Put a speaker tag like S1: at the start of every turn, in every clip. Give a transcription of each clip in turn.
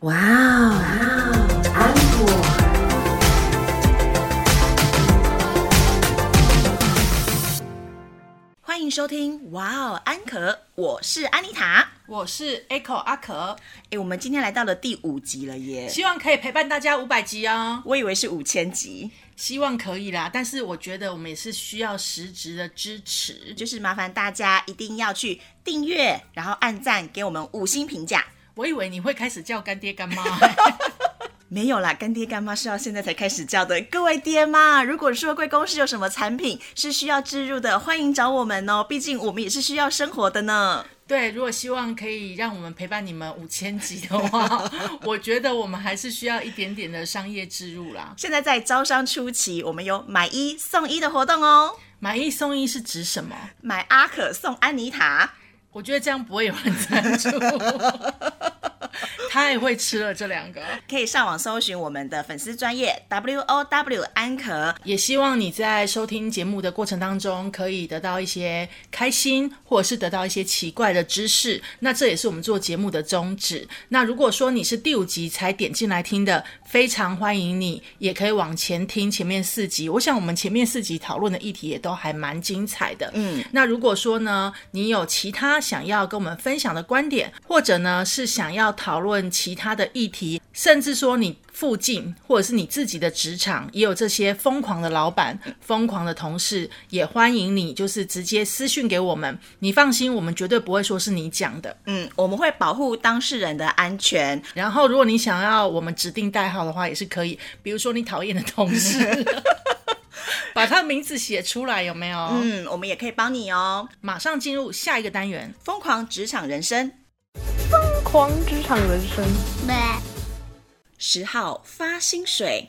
S1: 哇哦，安妥。
S2: 欢迎收听，哇哦，安可，我是安妮塔。
S3: 我是 Echo 阿可，
S2: 哎，我们今天来到了第五集了耶，
S3: 希望可以陪伴大家五百集哦，
S2: 我以为是五千集，
S3: 希望可以啦。但是我觉得我们也是需要实质的支持。
S2: 就是麻烦大家一定要去订阅，然后按赞，给我们五星评价。
S3: 我以为你会开始叫干爹干妈，
S2: 没有啦，干爹干妈是要现在才开始叫的。各位爹妈，如果说贵公司有什么产品是需要置入的，欢迎找我们哦，毕竟我们也是需要生活的呢。
S3: 对，如果希望可以让我们陪伴你们五千集的话，我觉得我们还是需要一点点的商业植入啦。
S2: 现在在招商初期，我们有买一送一的活动哦，
S3: 买一送一是指什么？
S2: 买阿可送安妮塔。
S3: 我觉得这样不会有人赞助，太会吃了这两个。
S2: 可以上网搜寻我们的粉丝专业 W O W 安可，
S3: 也希望你在收听节目的过程当中，可以得到一些开心，或者是得到一些奇怪的知识。那这也是我们做节目的宗旨。那如果说你是第五集才点进来听的，非常欢迎你，也可以往前听前面四集。我想我们前面四集讨论的议题也都还蛮精彩的。
S2: 嗯，
S3: 那如果说呢，你有其他想要跟我们分享的观点，或者呢是想要讨论其他的议题，甚至说你附近或者是你自己的职场也有这些疯狂的老板、
S2: 嗯
S3: 疯狂的同事，也欢迎你就是直接私讯给我们。你放心，我们绝对不会说是你讲的。
S2: 嗯，我们会保护当事人的安全，
S3: 然后，如果你想要我们指定代号的话，也是可以，比如说你讨厌的同 事。把他名字写出来有没有？
S2: 嗯，我们也可以帮你哦。
S3: 马上进入下一个单元。
S2: 疯狂职场人生
S4: 狂职场人生。
S2: 十号发薪水，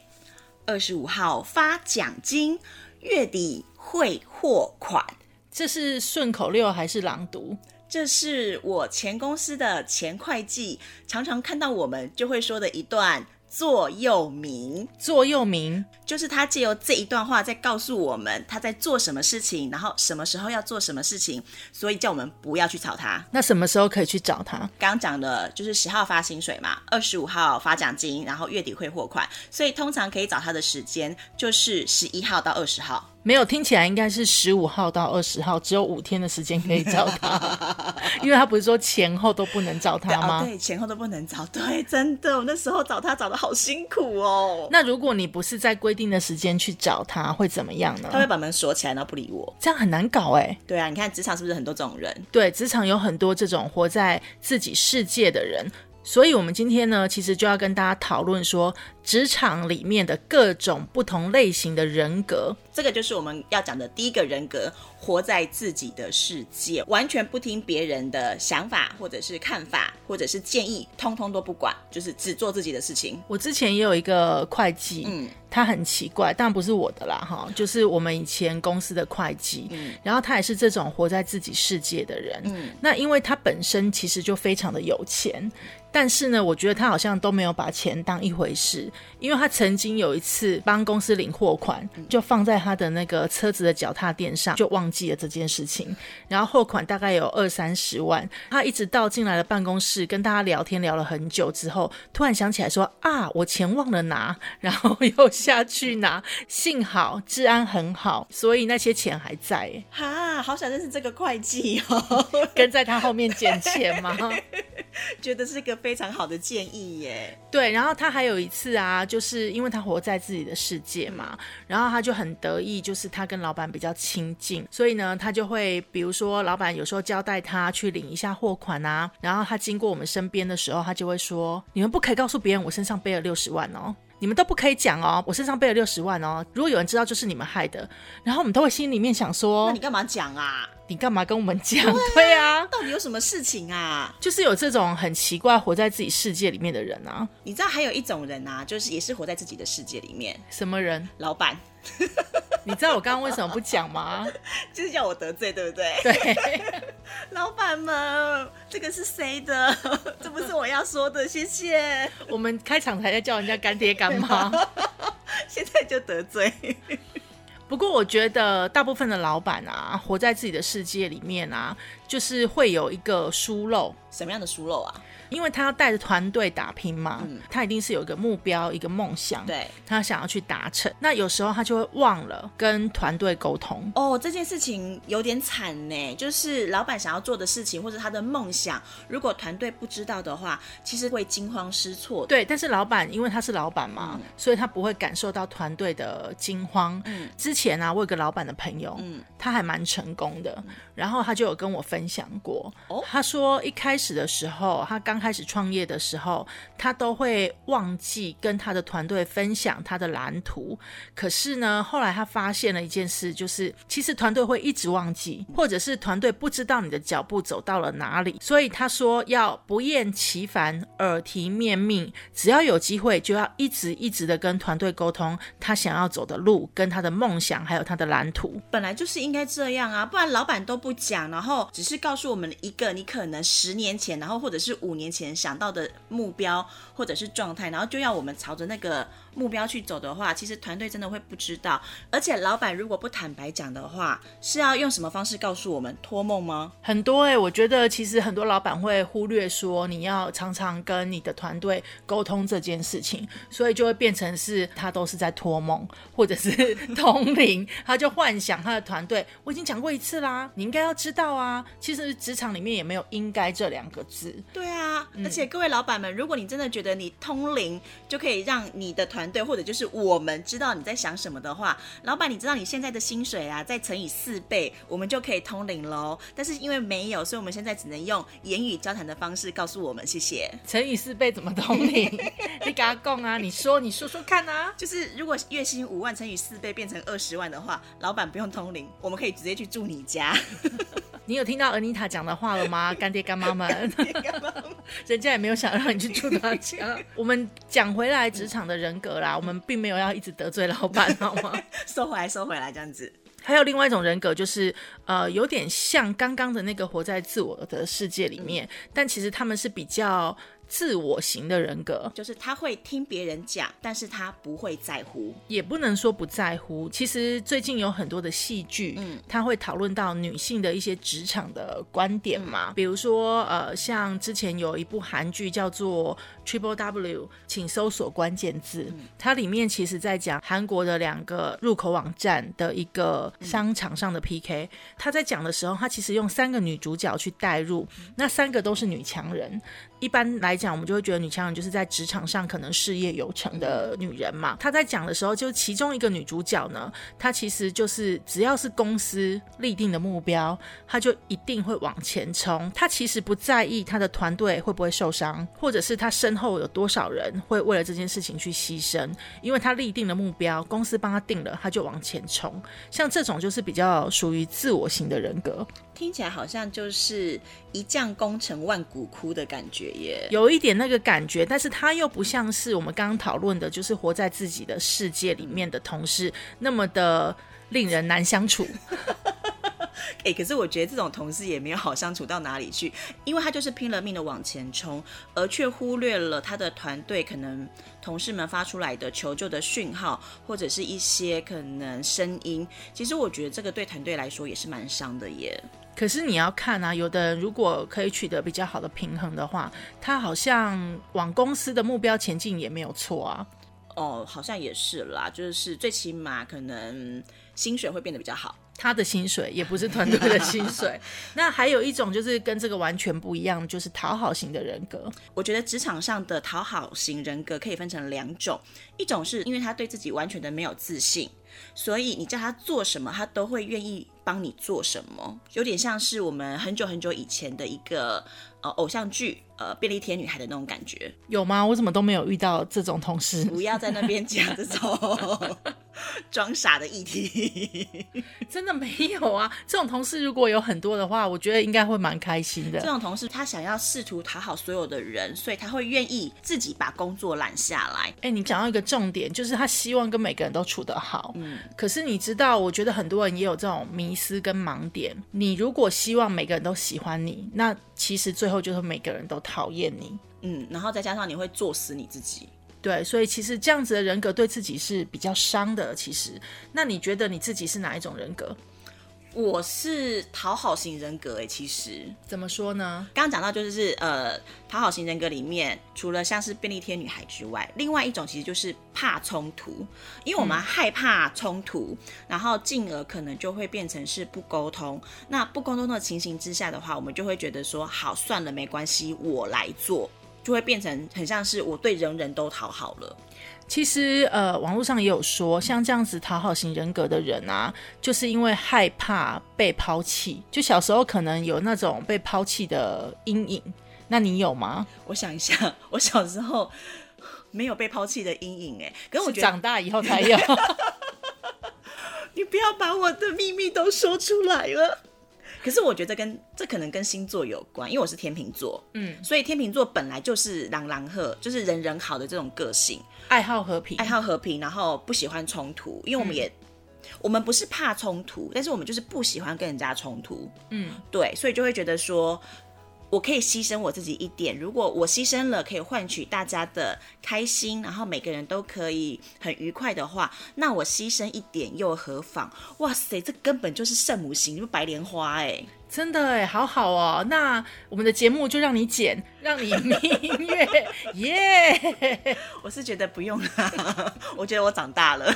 S2: 二十五号发奖金，月底会货款。
S3: 这是顺口溜还是朗读？
S2: 这是我前公司的前会计常常看到我们就会说的一段座右铭，
S3: 座右铭
S2: 就是他借由这一段话在告诉我们他在做什么事情，然后什么时候要做什么事情，所以叫我们不要去吵他。
S3: 那什么时候可以去找他？
S2: 刚刚讲的就是十号发薪水嘛，二十五号发奖金，然后月底会货款，所以通常可以找他的时间就是十一号到二十号。
S3: 没有，听起来应该是十五号到二十号，只有五天的时间可以找他， 因为他不是说前后都不能找
S2: 对
S3: 他
S2: 啊、
S3: 吗？
S2: 对，前后都不能找，对，真的，我那时候找他找的好辛苦哦。
S3: 那如果你不是在规定的时间去找他，会怎么样呢
S2: 他？会把门锁起来，然后不理我。
S3: 这样很难搞哎、
S2: 对啊，你看职场是不是很多这种人？
S3: 对，职场有很多这种活在自己世界的人，所以我们今天呢，其实就要跟大家讨论说，职场里面的各种不同类型的人格。
S2: 这个就是我们要讲的第一个人格，活在自己的世界，完全不听别人的想法或者是看法或者是建议，通通都不管，就是只做自己的事情。
S3: 我之前也有一个会计，
S2: 嗯
S3: 他很奇怪，但不是我的啦，哈，就是我们以前公司的会计，
S2: 嗯
S3: 然后他也是这种活在自己世界的人。
S2: 嗯
S3: 那因为他本身其实就非常的有钱，但是呢，我觉得他好像都没有把钱当一回事，因为他曾经有一次帮公司领货款，
S2: 嗯
S3: 就放在他的那个车子的脚踏垫上，就忘记了这件事情。然后货款大概有二三十万，他一直到进来了办公室跟大家聊天聊了很久之后，突然想起来说啊，我钱忘了拿， 然后又下去拿，幸好治安很好，所以那些钱还在耶。
S2: 哈，好想认识这个会计哦，
S3: 跟在他后面捡钱吗？
S2: 觉得是个非常好的建议耶。
S3: 对，然后他还有一次啊，就是因为他活在自己的世界嘛，然后他就很得意，就是他跟老板比较亲近，所以呢，他就会比如说老板有时候交代他去领一下货款啊，然后他经过我们身边的时候，他就会说：“你们不可以告诉别人我身上背了六十万哦。”你们都不可以讲哦，我身上背了六十万哦。如果有人知道，就是你们害的。然后我们都会心里面想
S2: 那
S3: 说
S2: 你，干嘛讲啊？
S3: 你干嘛跟我们讲？对啊，
S2: 到底有什么事情啊？
S3: 就是有这种很奇怪活在自己世界里面的人啊。
S2: 你知道还有一种人啊，就是也是活在自己的世界里面，
S3: 什么人？
S2: 老板
S3: 你知道我刚刚为什么不讲吗？
S2: 就是要我得罪，对不对？
S3: 对，
S2: 老板们，这个是谁的？这不是我要说的，谢谢。
S3: 我们开场才在叫人家干爹干妈。
S2: 现在就得罪，
S3: 不过我觉得大部分的老板啊，活在自己的世界里面啊，就是会有一个疏漏。
S2: 什么样的熟肉啊？
S3: 因为他要带着团队打拼嘛，他一定是有一个目标、一个梦想，
S2: 对，
S3: 他想要去达成。那有时候他就会忘了跟团队沟通。
S2: 哦，这件事情有点惨呢，就是老板想要做的事情或者他的梦想，如果团队不知道的话，其实会惊慌失措。，
S3: 对，但是老板因为他是老板嘛，所以他不会感受到团队的惊慌。
S2: 嗯
S3: 之前啊，我有个老板的朋友，
S2: 嗯
S3: 他还蛮成功的，然后他就有跟我分享过，
S2: 哦
S3: 他说一开始的时候，他刚开始创业的时候，他都会忘记跟他的团队分享他的蓝图。可是呢，后来他发现了一件事，就是其实团队会一直忘记，或者是团队不知道你的脚步走到了哪里，所以他说要不厌其烦，耳提面命，只要有机会就要一直一直的跟团队沟通他想要走的路、跟他的梦想，还有他的蓝图。
S2: 本来就是应该这样啊，不然老板都不讲，然后只是告诉我们一个你可能十年前，然后或者是五年前想到的目标或者是状态，然后就要我们朝着那个目标去走的话，其实团队真的会不知道。而且老板如果不坦白讲的话，是要用什么方式告诉我们？托梦吗？
S3: 很多哎、我觉得其实很多老板会忽略说你要常常跟你的团队沟通这件事情，所以就会变成是他都是在托梦或者是通灵，他就幻想他的团队。我已经讲过一次啦，你应该要知道啊。其实职场里面也没有“应该”这两个字，
S2: 对啊，而且各位老板们，如果你真的觉得你通灵就可以让你的团队或者就是我们知道你在想什么的话，老板，你知道你现在的薪水啊，再乘以四倍，我们就可以通灵喽。但是因为没有，所以我们现在只能用言语交谈的方式告诉我们，谢谢。
S3: 乘以四倍怎么通灵？ 你给他供啊，你说你说说看啊。
S2: 就是如果月薪五万乘以四倍变成二十万的话，老板不用通灵，我们可以直接去住你家。
S3: 你有听到 Anita 讲的话了 吗？干爹干妈们，人家也没有想让你去住他 家。我们讲回来职场的人格啦，我们并没有要一直得罪老 板，好吗？
S2: 收回来，收回来，这样子。
S3: 还有另外一种人格，就是呃，有点像刚刚的那个活在自我的世界里面，但其实他们是比较自我型的人格，
S2: 就是他会听别人讲，但是他不会在乎。
S3: 也不能说不在乎。其实最近有很多的戏剧，
S2: 嗯
S3: 嗯，它会讨论到女性的一些职场的观点嘛，比如说呃，像之前有一部韩剧叫做《Triple W》，请搜索关键字，它里面其实在讲韩国的两个入口网站的一个商场上的 PK。他在讲的时候，他其实用三个女主角去带入，那三个都是女强人。一般来讲，我们就会觉得女强人就是在职场上可能事业有成的女人嘛。她在讲的时候，就其中一个女主角呢，她其实就是只要是公司立定的目标，她就一定会往前冲。她其实不在意她的团队会不会受伤，或者是她身后有多少人会为了这件事情去牺牲，因为她立定了目标，公司帮她定了，她就往前冲。像这种就是比较属于自我型的人格，
S2: 听起来好像就是一将功成万骨枯的感觉 耶。
S3: 有一点那个感觉，但是他又不像是我们刚刚讨论的，就是活在自己的世界里面的同事那么的令人难相处。
S2: 哎、可是我觉得这种同事也没有好相处到哪里去，因为他就是拼了命的往前冲，而却忽略了他的团队可能同事们发出来的求救的讯号，或者是一些可能声音。其实我觉得这个对团队来说也是蛮伤的耶。
S3: 可是你要看啊，有的人如果可以取得比较好的平衡的话，他好像往公司的目标前进也没有错啊。
S2: 哦，好像也是啦，就是最起码可能薪水会变得比较好。
S3: 他的薪水也不是团队的薪水。那还有一种就是跟这个完全不一样，就是讨好型的人格。
S2: 我觉得职场上的讨好型人格可以分成两种，一种是因为他对自己完全的没有自信，所以你叫他做什么，他都会愿意帮你做什么，有点像是我们很久很久以前的一个呃偶像剧呃便利贴女孩的那种感觉。
S3: 有吗？我怎么都没有遇到这种同事。
S2: 不要在那边讲这种装傻的议题，
S3: 真的没有啊！这种同事如果有很多的话，我觉得应该会蛮开心
S2: 这
S3: 的。
S2: 种同事他想要试图讨好所有的人，所以他会愿意自己把工作揽下来。
S3: 哎、你讲到一个重点，就是他希望跟每个人都处得好。
S2: 嗯，
S3: 可是你知道，我觉得很多人也有这种迷失跟盲点。你如果希望每个人都喜欢你，那其实最后就是每个人都讨厌你。
S2: 嗯，然后再加上你会作死你自己。
S3: 对，所以其实这样子的人格对自己是比较伤的。其实，那你觉得你自己是哪一种人格？
S2: 我是讨好型人格哎、其实
S3: 怎么说呢？
S2: 刚刚讲到就是呃，讨好型人格里面，除了像是便利贴女孩之外，另外一种其实就是怕冲突，因为我们害怕冲突，然后进而可能就会变成是不沟通。那不沟通的情形之下的话，我们就会觉得说，好算了，没关系，我来做。就会变成很像是我对人人都讨好了，
S3: 其实呃，网络上也有说，像这样子讨好型人格的人啊，就是因为害怕被抛弃，就小时候可能有那种被抛弃的阴影。那你有吗？
S2: 我想一下，我小时候没有被抛弃的阴影哎、可是我
S3: 是
S2: 觉得
S3: 长大以后 才有。
S2: 你不要把我的秘密都说出来了。可是我觉得跟这可能跟星座有关，因为我是天秤座，
S3: 嗯，
S2: 所以天秤座本来就是朗朗赫，就是人人好的这种个性，
S3: 爱好和平，
S2: 爱好和平，然后不喜欢冲突，因为我们也、我们不是怕冲突，但是我们就是不喜欢跟人家冲突，
S3: 嗯，
S2: 对，所以就会觉得说。我可以牺牲我自己一点，如果我牺牲了，可以换取大家的开心，然后每个人都可以很愉快的话，那我牺牲一点又何妨？哇塞，这根本就是圣母型，就是白莲花哎、
S3: 真的哎，好好哦。那我们的节目就让你剪，让你 名乐，耶、
S2: 我是觉得不用啦， 我觉得我长大了。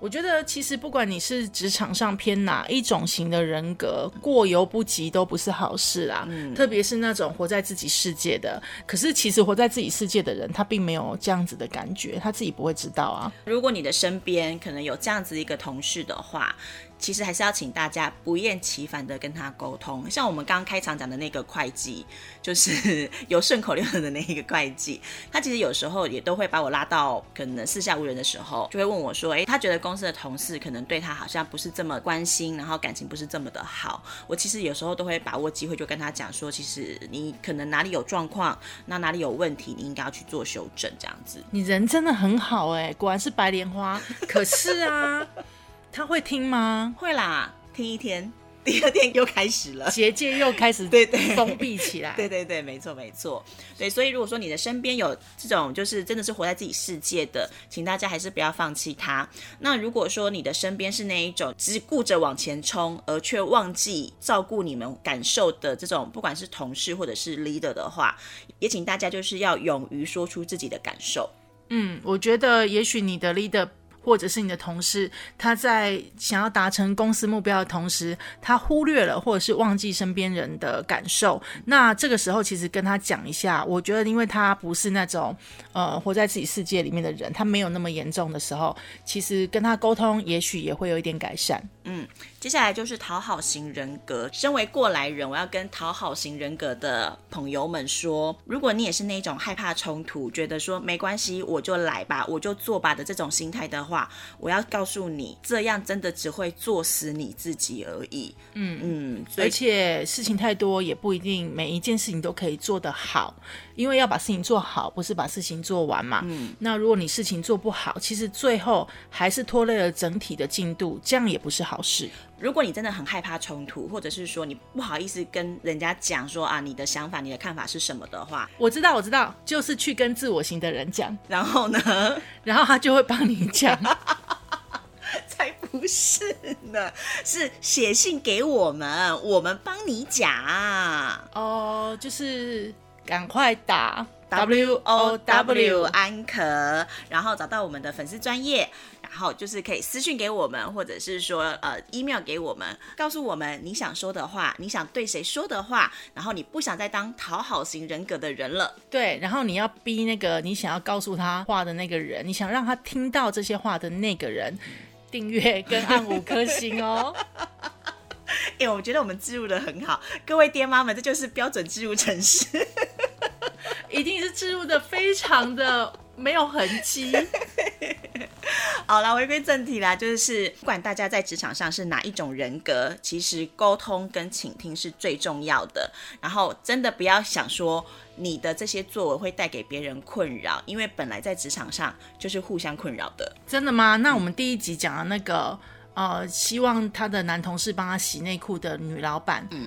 S3: 我觉得其实不管你是职场上偏哪一种型的人格，过犹不及都不是好事啦。
S2: 嗯
S3: 特别是那种活在自己世界的，可是其实活在自己世界的人，他并没有这样子的感觉，他自己不会知道 啊。
S2: 如果你的身边可能有这样子一个同事的话，其实还是要请大家不厌其烦的跟他沟通。像我们刚刚开场讲的那个会计，就是 有顺口溜的那一个会计，他其实有时候也都会把我拉到可能四下无人的时候，就会问我说：“诶，他觉得公司的同事可能对他好像不是这么关心，然后感情不是这么的好。”我其实有时候都会把握机会，就跟他讲说：“其实你可能哪里有状况，那哪里有问题，你应该要去做修正，这样子。”
S3: 你人真的很好哎、果然是白莲花。可是啊，他会听吗？
S2: 会啦，听一天，第二天又开始了。
S3: 结界又开始
S2: 对对
S3: 封闭起来。
S2: 对对对，没错没错，对，所以如果说你的身边有这种就是真的是活在自己世界的，请大家还是不要放弃他。那如果说你的身边是那一种只顾着往前冲，而却忘记照顾你们感受的这种，不管是同事或者是 leader 的话，也请大家就是要勇于说出自己的感受。
S3: 嗯，我觉得也许你的 leader 或者是你的同事，他在想要达成公司目标的同时，他忽略了或者是忘记身边人的感受。那这个时候，其实跟他讲一下，我觉得因为他不是那种呃活在自己世界里面的人，他没有那么严重的时候，其实跟他沟通，也许也会有一点改善。
S2: 接下来就是讨好型人格。身为过来人，我要跟讨好型人格的朋友们说，如果你也是那种害怕冲突，觉得说没关系，我就来吧，我就做吧的这种心态的话，我要告诉你，这样真的只会作死你自己而已。嗯嗯，所
S3: 而
S2: 以
S3: 且事情太多，也不一定每一件事情都可以做得好，因为要把事情做好，不是把事情做完嘛。嗯，那如果你事情做不好，其实最后还是拖累了整体的进度，这样也不是好事。
S2: 如果你真的很害怕冲突，或者是说你不好意思跟人家讲说啊你的想法、你的看法是什么的话，
S3: 我知道，我知道，就是去跟自我型的人讲，
S2: 然后呢？
S3: 然后他就会帮你 讲。
S2: 才不是呢，是写信给我们，我们帮你讲。
S3: 哦，就是赶快打
S2: W O W
S3: 啊
S2: 安可，然后找到我们的粉丝专业，然后就是可以私讯给我们，或者是说呃 email 给我们，告诉我们你想说的话，你想对谁说的话，然后你不想再当讨好型人格的人了。
S3: 对，然后你要逼那个你想要告诉他话的那个人，你想让他听到这些话的那个人，订阅跟按五颗 星哦。
S2: 哎，我觉得我们植入的很好，各位爹妈们，这就是标准植入城市。
S3: 一定是置入的非常的没有痕迹。
S2: 好啦，回归正题啦，就是不管大家在职场上是哪一种人格，其实沟通跟倾听是最重要的。然后真的不要想说你的这些作为会带给别人困扰，因为本来在职场上就是互相困扰的。
S3: 真的吗？那我们第一集讲的那个呃，希望他的男同事帮他洗内裤的女老板，嗯，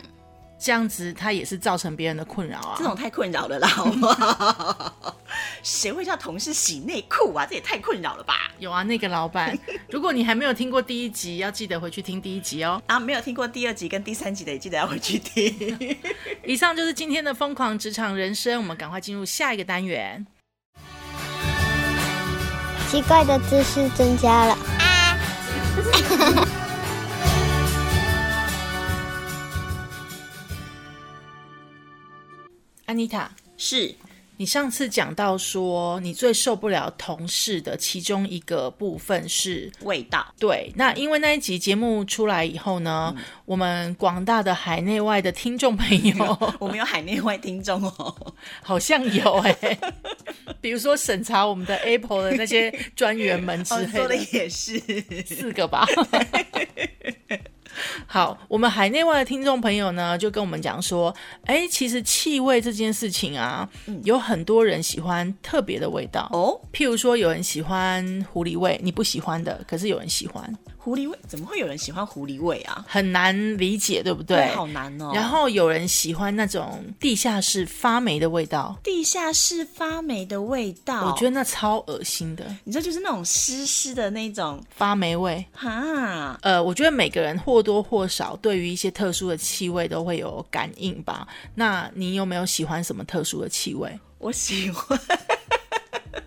S3: 这样子他也是造成别人的困扰啊。
S2: 这种太困扰了啦，好不好？谁会叫同事洗内裤啊？这也太困扰了吧！
S3: 有啊，那个老板，如果你还没有听过第一集，要记得回去听第一集哦。
S2: 啊，没有听过第二集跟第三集的，也记得要回去听。
S3: 以上就是今天的疯狂职场人生，我们赶快进入下一个单元。
S5: 奇怪的知识增加了。
S3: 安妮塔，
S2: 是，
S3: 你上次讲到说，你最受不了同事的其中一个部分是
S2: 味道
S3: 对，那因为那一集节目出来以后呢，我们广大的海内外的听众朋友
S2: 我们有海内外听众哦。
S3: 好像有哎、 比如说审查我们的 Apple 的那些专员们之
S2: 哦，
S3: 类
S2: 说的
S3: 的，
S2: 也是，
S3: 四个吧。 好，我们海内外的听众朋友呢，就跟我们讲说，哎、其实气味这件事情啊，
S2: 嗯
S3: 有很多人喜欢特别的味道。
S2: 哦，
S3: 譬如说，有人喜欢狐狸味，你不喜欢的，可是有人喜欢，
S2: 狐狸味怎么会有人喜欢狐狸味啊？
S3: 很难理解，对不对？
S2: 好难哦。
S3: 然后有人喜欢那种地下室发霉的味道，
S2: 地下室发霉的味道，
S3: 我觉得那超恶心的
S2: 你知道就是那种湿湿的那种
S3: 发霉味。
S2: 哈，
S3: 呃，我觉得每个人或多或少对于一些特殊的气味都会有感应吧。那你有没有喜欢什么特殊的气味？
S2: 我喜欢。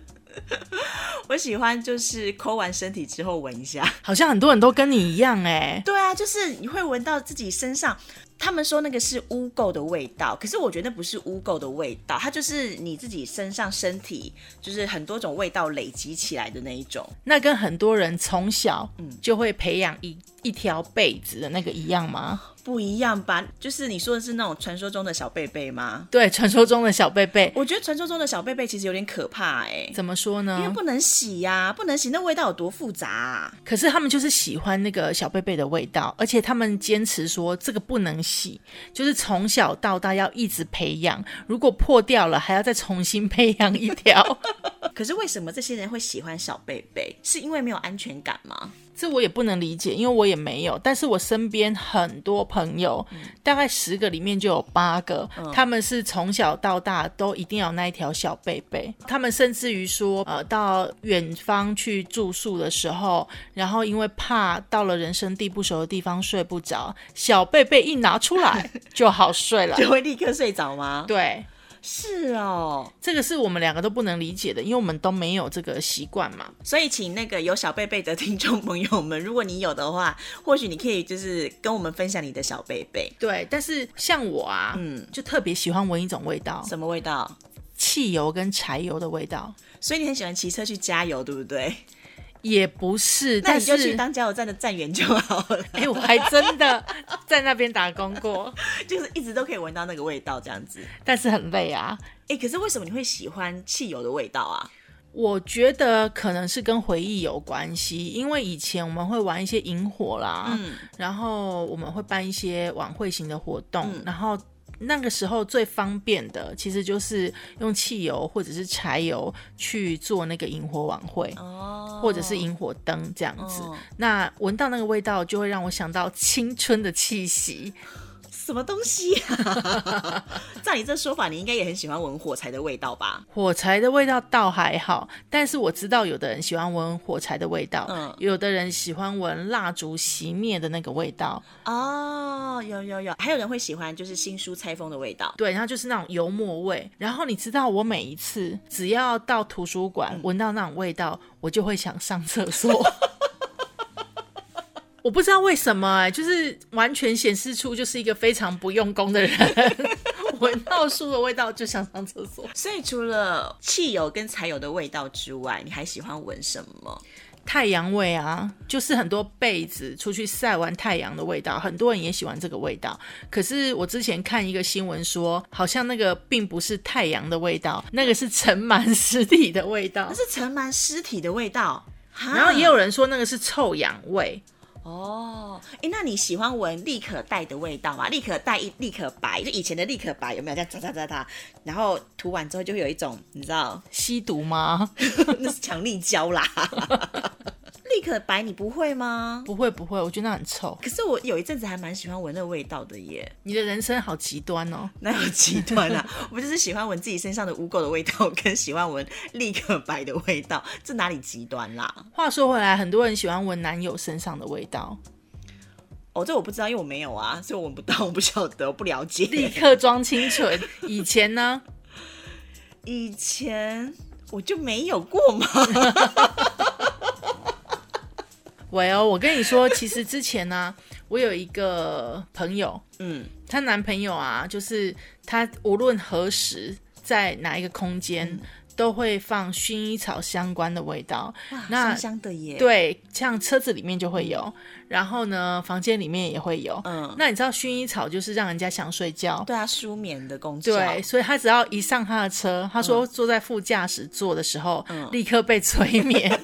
S2: 我喜欢就是抠完身体之后闻一下，
S3: 好像很多人都跟你一样哎、
S2: 对啊，就是你会闻到自己身上，他们说那个是污垢的味道，可是我觉得那不是污垢的味道，它就是你自己身上身体就是很多种味道累积起来的那一种。
S3: 那跟很多人从小
S2: 嗯
S3: 就会培养一一条被子的那个一样吗？
S2: 不一样吧？就是你说的是那种传说中的小贝贝吗？
S3: 对，传说中的小贝贝
S2: 我觉得传说中的小贝贝其实有点可怕哎、
S3: 怎么说
S2: 因为
S3: 呢？
S2: 不能洗呀、不能洗，那味道有多复杂、啊？
S3: 可是他们就是喜欢那个小贝贝的味道，而且他们坚持说这个不能洗，就是从小到大要一直培养，如果破掉了还要再重新 培养一条。
S2: 可是为什么这些人会喜欢小贝贝？是因为没有安全感 吗？
S3: 这我也不能理解，因为我也没有。但是我身边很多朋友，
S2: 嗯
S3: 大概十个里面就有八个，他们是从小到大都一定要有那一条小贝贝。他们甚至于说，呃，到远方去住宿的时候，然后因为怕到了人生地不熟的地方睡不着，小贝贝一拿出来 就好睡了。
S2: 就会立刻睡着吗？
S3: 对，
S2: 是哦，
S3: 这个是我们两个都不能理解的，因为我们都没有这个习惯嘛。
S2: 所以请那个有小贝贝的听众朋友们， 如果你有的话，或许你可以就是跟我们分享你的小贝贝，
S3: 对，但是像我啊，
S2: 嗯
S3: 就特别喜欢闻一种味道，
S2: 什么味道？
S3: 汽油跟柴油的味道，
S2: 所以你很喜欢骑车去加油，对不对？
S3: 也不是，
S2: 那
S3: 但
S2: 你就去
S3: 是。
S2: 当加油站的站员就好了，
S3: 哎、我还真的 在那边打工过，
S2: 就是一直都可以闻到那个味道这样子。
S3: 但是很累啊。
S2: 哎、可是为什么你会喜欢汽油的味道啊？
S3: 我觉得可能是跟回忆有关系，因为以前我们会玩一些萤火啦，
S2: 嗯，
S3: 然后我们会办一些晚会型的活动，然后那个时候最方便的其实就是用汽油或者是柴油去做那个萤火晚会，
S2: 哦
S3: 或者是萤火灯这样子。
S2: 哦
S3: 那闻到那个味道，就会让我想到青春的气息。
S2: 什么东西、啊？ 照你这说法，你应该也很喜欢闻火柴的味道吧？
S3: 火柴的味道倒还好，但是我知道有的人喜欢闻火柴的味道，
S2: 嗯
S3: 有的人喜欢闻蜡烛熄灭的那个味道，
S2: 哦，有有有，还有人会喜欢就是新书拆封的味道。
S3: 对，然后就是那种油墨味。然后你知道，我每一次只要到图书馆闻到那种味道，我就会想上厕所。 我不知道为什么、哎，就是完全显示出就是一个非常不用功的人， 闻到书的味道就想上厕所。
S2: 所以除了汽油跟柴油的味道之外，你还喜欢闻什么？
S3: 太阳味啊，就是很多被子出去晒完太阳的味道，很多人也喜欢这个味道。可是我之前看一个新闻说，好像那个并不是太阳的味道，那个是尘螨尸体的味道
S2: 那。是尘螨尸体的味道。哈
S3: 然后也有人说那个是臭氧味，
S2: 哦，哎，那你喜欢闻立可带的味道吗？立可带一立可白，就以前的立可白有没有这样擦擦擦擦，然后涂完之后就会有一种你知道
S3: 吸毒吗？
S2: 那是强力胶啦。立 Click 的白你不会吗？
S3: 不会不会，我觉得那很臭。
S2: 可是我有一阵子还蛮喜欢闻那味道的耶，
S3: 你的人生好极端哦。
S2: 哪有极端啊？我就是喜欢闻自己身上的污垢的味道，跟喜欢闻立刻白的味道，这哪里极端啦？
S3: 话说回来，很多人喜欢闻男友身上的味道，
S2: 哦，这我不知道，因为我没有啊，所以我闻不到，我不晓得，我不了
S3: 立
S2: 解。
S3: 刻装清纯。以前呢，
S2: 以前我就没有过嘛。
S3: 喂哦，我跟你说，其实之前呢、我有一个朋友，
S2: 嗯，
S3: 她男朋友啊，就是她无论何时在哪一个空间，都会放薰衣草相关的味道。
S2: 哇，
S3: 那
S2: 啊香香的耶。，
S3: 对，像车子里面就会有，然后呢，房间里面也会有。
S2: 嗯，
S3: 那你知道薰衣草就是让人家想睡觉。
S2: 对啊，舒眠的功效。
S3: 对，所以她只要一上她的车，她说坐在副驾驶座的时候，
S2: 嗯
S3: 立刻被催眠。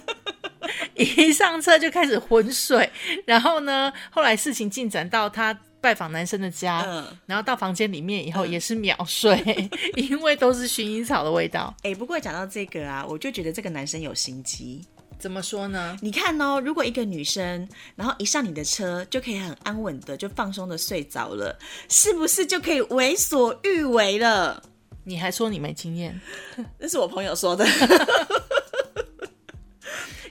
S3: 一上车就开始昏睡，然后呢，后来事情进展到她拜访男生的家，
S2: 嗯。
S3: 然后到房间里面以后也是秒睡， 因为都是薰衣草的味道。
S2: 哎、不过讲到这个啊，我就觉得这个男生有心机。
S3: 怎么说呢？
S2: 你看哦，如果一个女生，然后一上你的车就可以很安稳的就放松的睡着了，是不是就可以为所欲为了？
S3: 你还说你没经验，
S2: 嗯那是我朋友说的。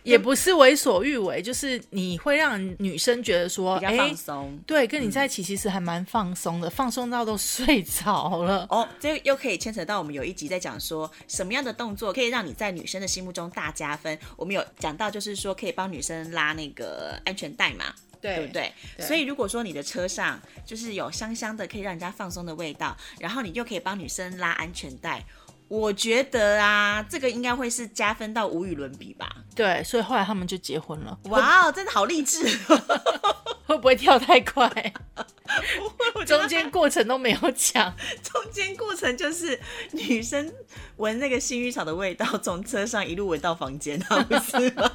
S3: 也不是为所欲为，就是你会让女生觉得说，
S2: 比较
S3: 哎、
S2: 放松。嗯
S3: 对，跟你在一起其实还蛮放松的，放松到都睡着了。
S2: 哦，这又可以牵扯到我们有一集在讲说什么样的动作可以让你在女生的心目中大加分。我们有讲到，就是说可以帮女生拉那个安全带嘛，对不对？
S3: 对
S2: 所以如果说你的车上就是有香香的可以让人家放松的味道，然后你又可以帮女生拉安全带，我觉得啊，这个应该会是加分到无与伦比 吧。
S3: 对，所以后来他们就结婚了。
S2: 哇哦，真的好励志！哦
S3: 会不会跳太 快？中间过程都没有讲。
S2: 中间过程就是女生闻那个薰衣草的味道，从车上一路闻到房间，啊，不是吗？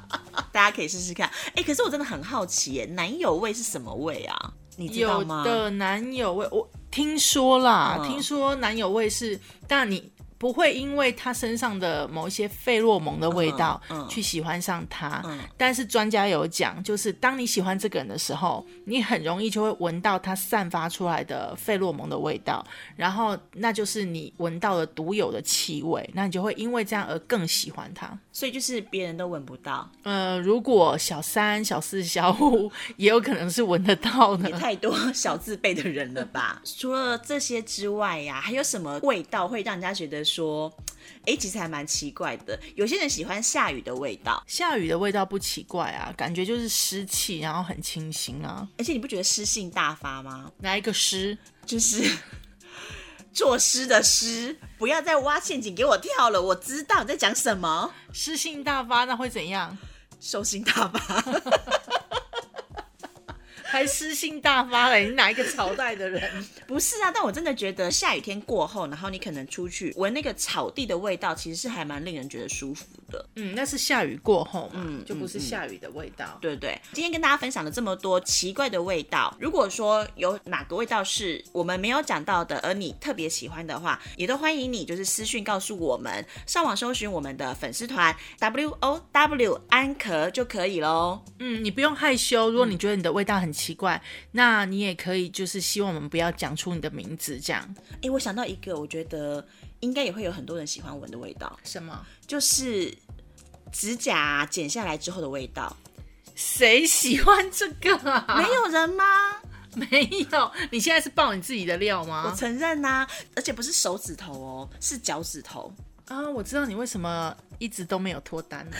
S2: 大家可以试试看。哎、可是我真的很好奇耶，男友味是什么味啊？你知道
S3: 有
S2: 吗？
S3: 的男友味，我听说啦，
S2: 嗯
S3: 听说男友味是，但你不会因为他身上的某一些费洛蒙的味道、
S2: 嗯嗯
S3: 去喜欢上他。
S2: 嗯
S3: 但是专家有讲，就是当你喜欢这个人的时候，你很容易就会闻到他散发出来的费洛蒙的味道，然后那就是你闻到了独有的气味，那你就会因为这样而更喜欢他。
S2: 所以就是别人都闻不到，
S3: 呃，如果小三、小四、小五 也有可能是闻得到的
S2: 也，太多 小自卑的人了吧？除了这些之外呀、还有什么味道会让人家觉得说，哎、其实还蛮奇怪的？有些人喜欢下雨的味道，
S3: 下雨的味道不奇怪啊，感觉就是湿气，然后很清新啊。
S2: 而且你不觉得湿性大发吗？
S3: 来一个湿？
S2: 就是 作诗的诗，不要再挖陷阱给我跳了。我知道你在讲什么，
S3: 湿性大发，那会怎样？
S2: 兽性大发。
S3: 还湿性大发嘞？你哪一个朝代的人？
S2: 不是啊，但我真的觉得下雨天过后，然后你可能出去闻那个草地的味道，其实是还蛮令人觉得舒服的。
S3: 嗯，那是下雨过后嘛，
S2: 嗯
S3: 就不是下雨的味道。
S2: 对不对，今天跟大家分享了这么多奇怪的味道，如果说有哪个味道是我们没有讲到的，而你特别喜欢的话，也都欢迎你就是私讯告诉我们，上网搜寻我们的粉丝团 W O W 安可就可以喽。
S3: 嗯，你不用害羞，如果你觉得你的味道很奇怪，那你也可以就是希望我们不要讲出你的名字，这样
S2: 哎、我想到一个，我觉得应该也会有很多人喜欢闻的味道，
S3: 什么？
S2: 就是指甲剪下来之后的味道。
S3: 谁喜欢这个啊
S2: 没？有人吗？
S3: 没有，你现在是爆你自己的料
S2: 我
S3: 吗？
S2: 承认呐、而且不是手指头哦，是脚趾头。
S3: 啊，我知道你为什么一直都没有脱单了，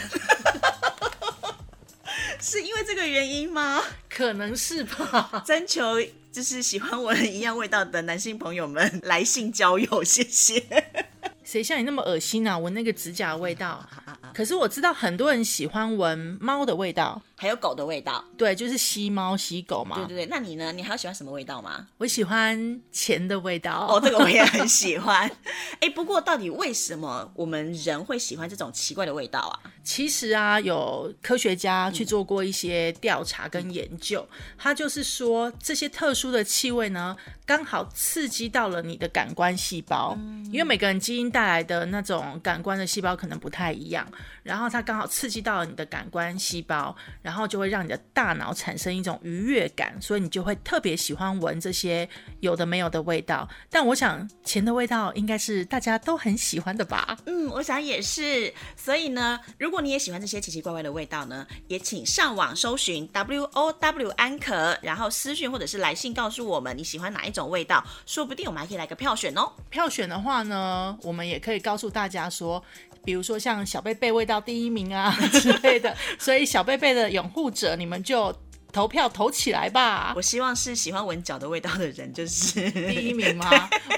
S2: 是因为这个原因吗？
S3: 可能是吧。
S2: 征求就是喜欢闻一样味道的男性朋友们来信交友，谢谢。
S3: 谁像你那么恶心啊？闻那个指甲的味道。可是我知道很多人喜欢闻猫的味道，
S2: 还有狗的味道，
S3: 对，就是吸猫吸狗嘛。
S2: 对对对。那你呢？你还有喜欢什么味道吗？
S3: 我喜欢钱的味道。
S2: 哦，这个我也很喜欢。 哎、不过到底为什么我们人会喜欢这种奇怪的味道啊？
S3: 其实啊，有科学家去做过一些调查跟研究，他就是说这些特殊的气味呢，刚好刺激到了你的感官细胞，因为每个人基因带来的那种感官的细胞可能不太一样，然后它刚好刺激到了你的感官细胞，然后就会让你的大脑产生一种愉悦感，所以你就会特别喜欢闻这些有的没有的味道。但我想钱的味道应该是大家都很喜欢的吧？
S2: 嗯，我想也是。所以呢，如果你也喜欢这些奇奇怪怪的味道呢，也请上网搜寻 W O W 安可，然后私讯或者是来信告诉我们你喜欢哪一种味道，说不定我们还可以来个票选哦。
S3: 票选的话呢，我们也可以告诉大家说，比如说像小贝贝味道第一名啊 之类的，所以小贝贝的拥护者，你们就投票投起来吧
S2: 我。希望是喜欢闻脚的味道的人，就是
S3: 第一名吗？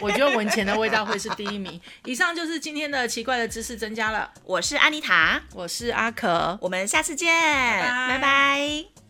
S3: 我觉得文钱的味道会是第一名。以上就是今天的奇怪的知识增加了。
S2: 我是安妮塔，
S3: 我是阿可，
S2: 我们下次见，
S3: 拜
S2: 拜拜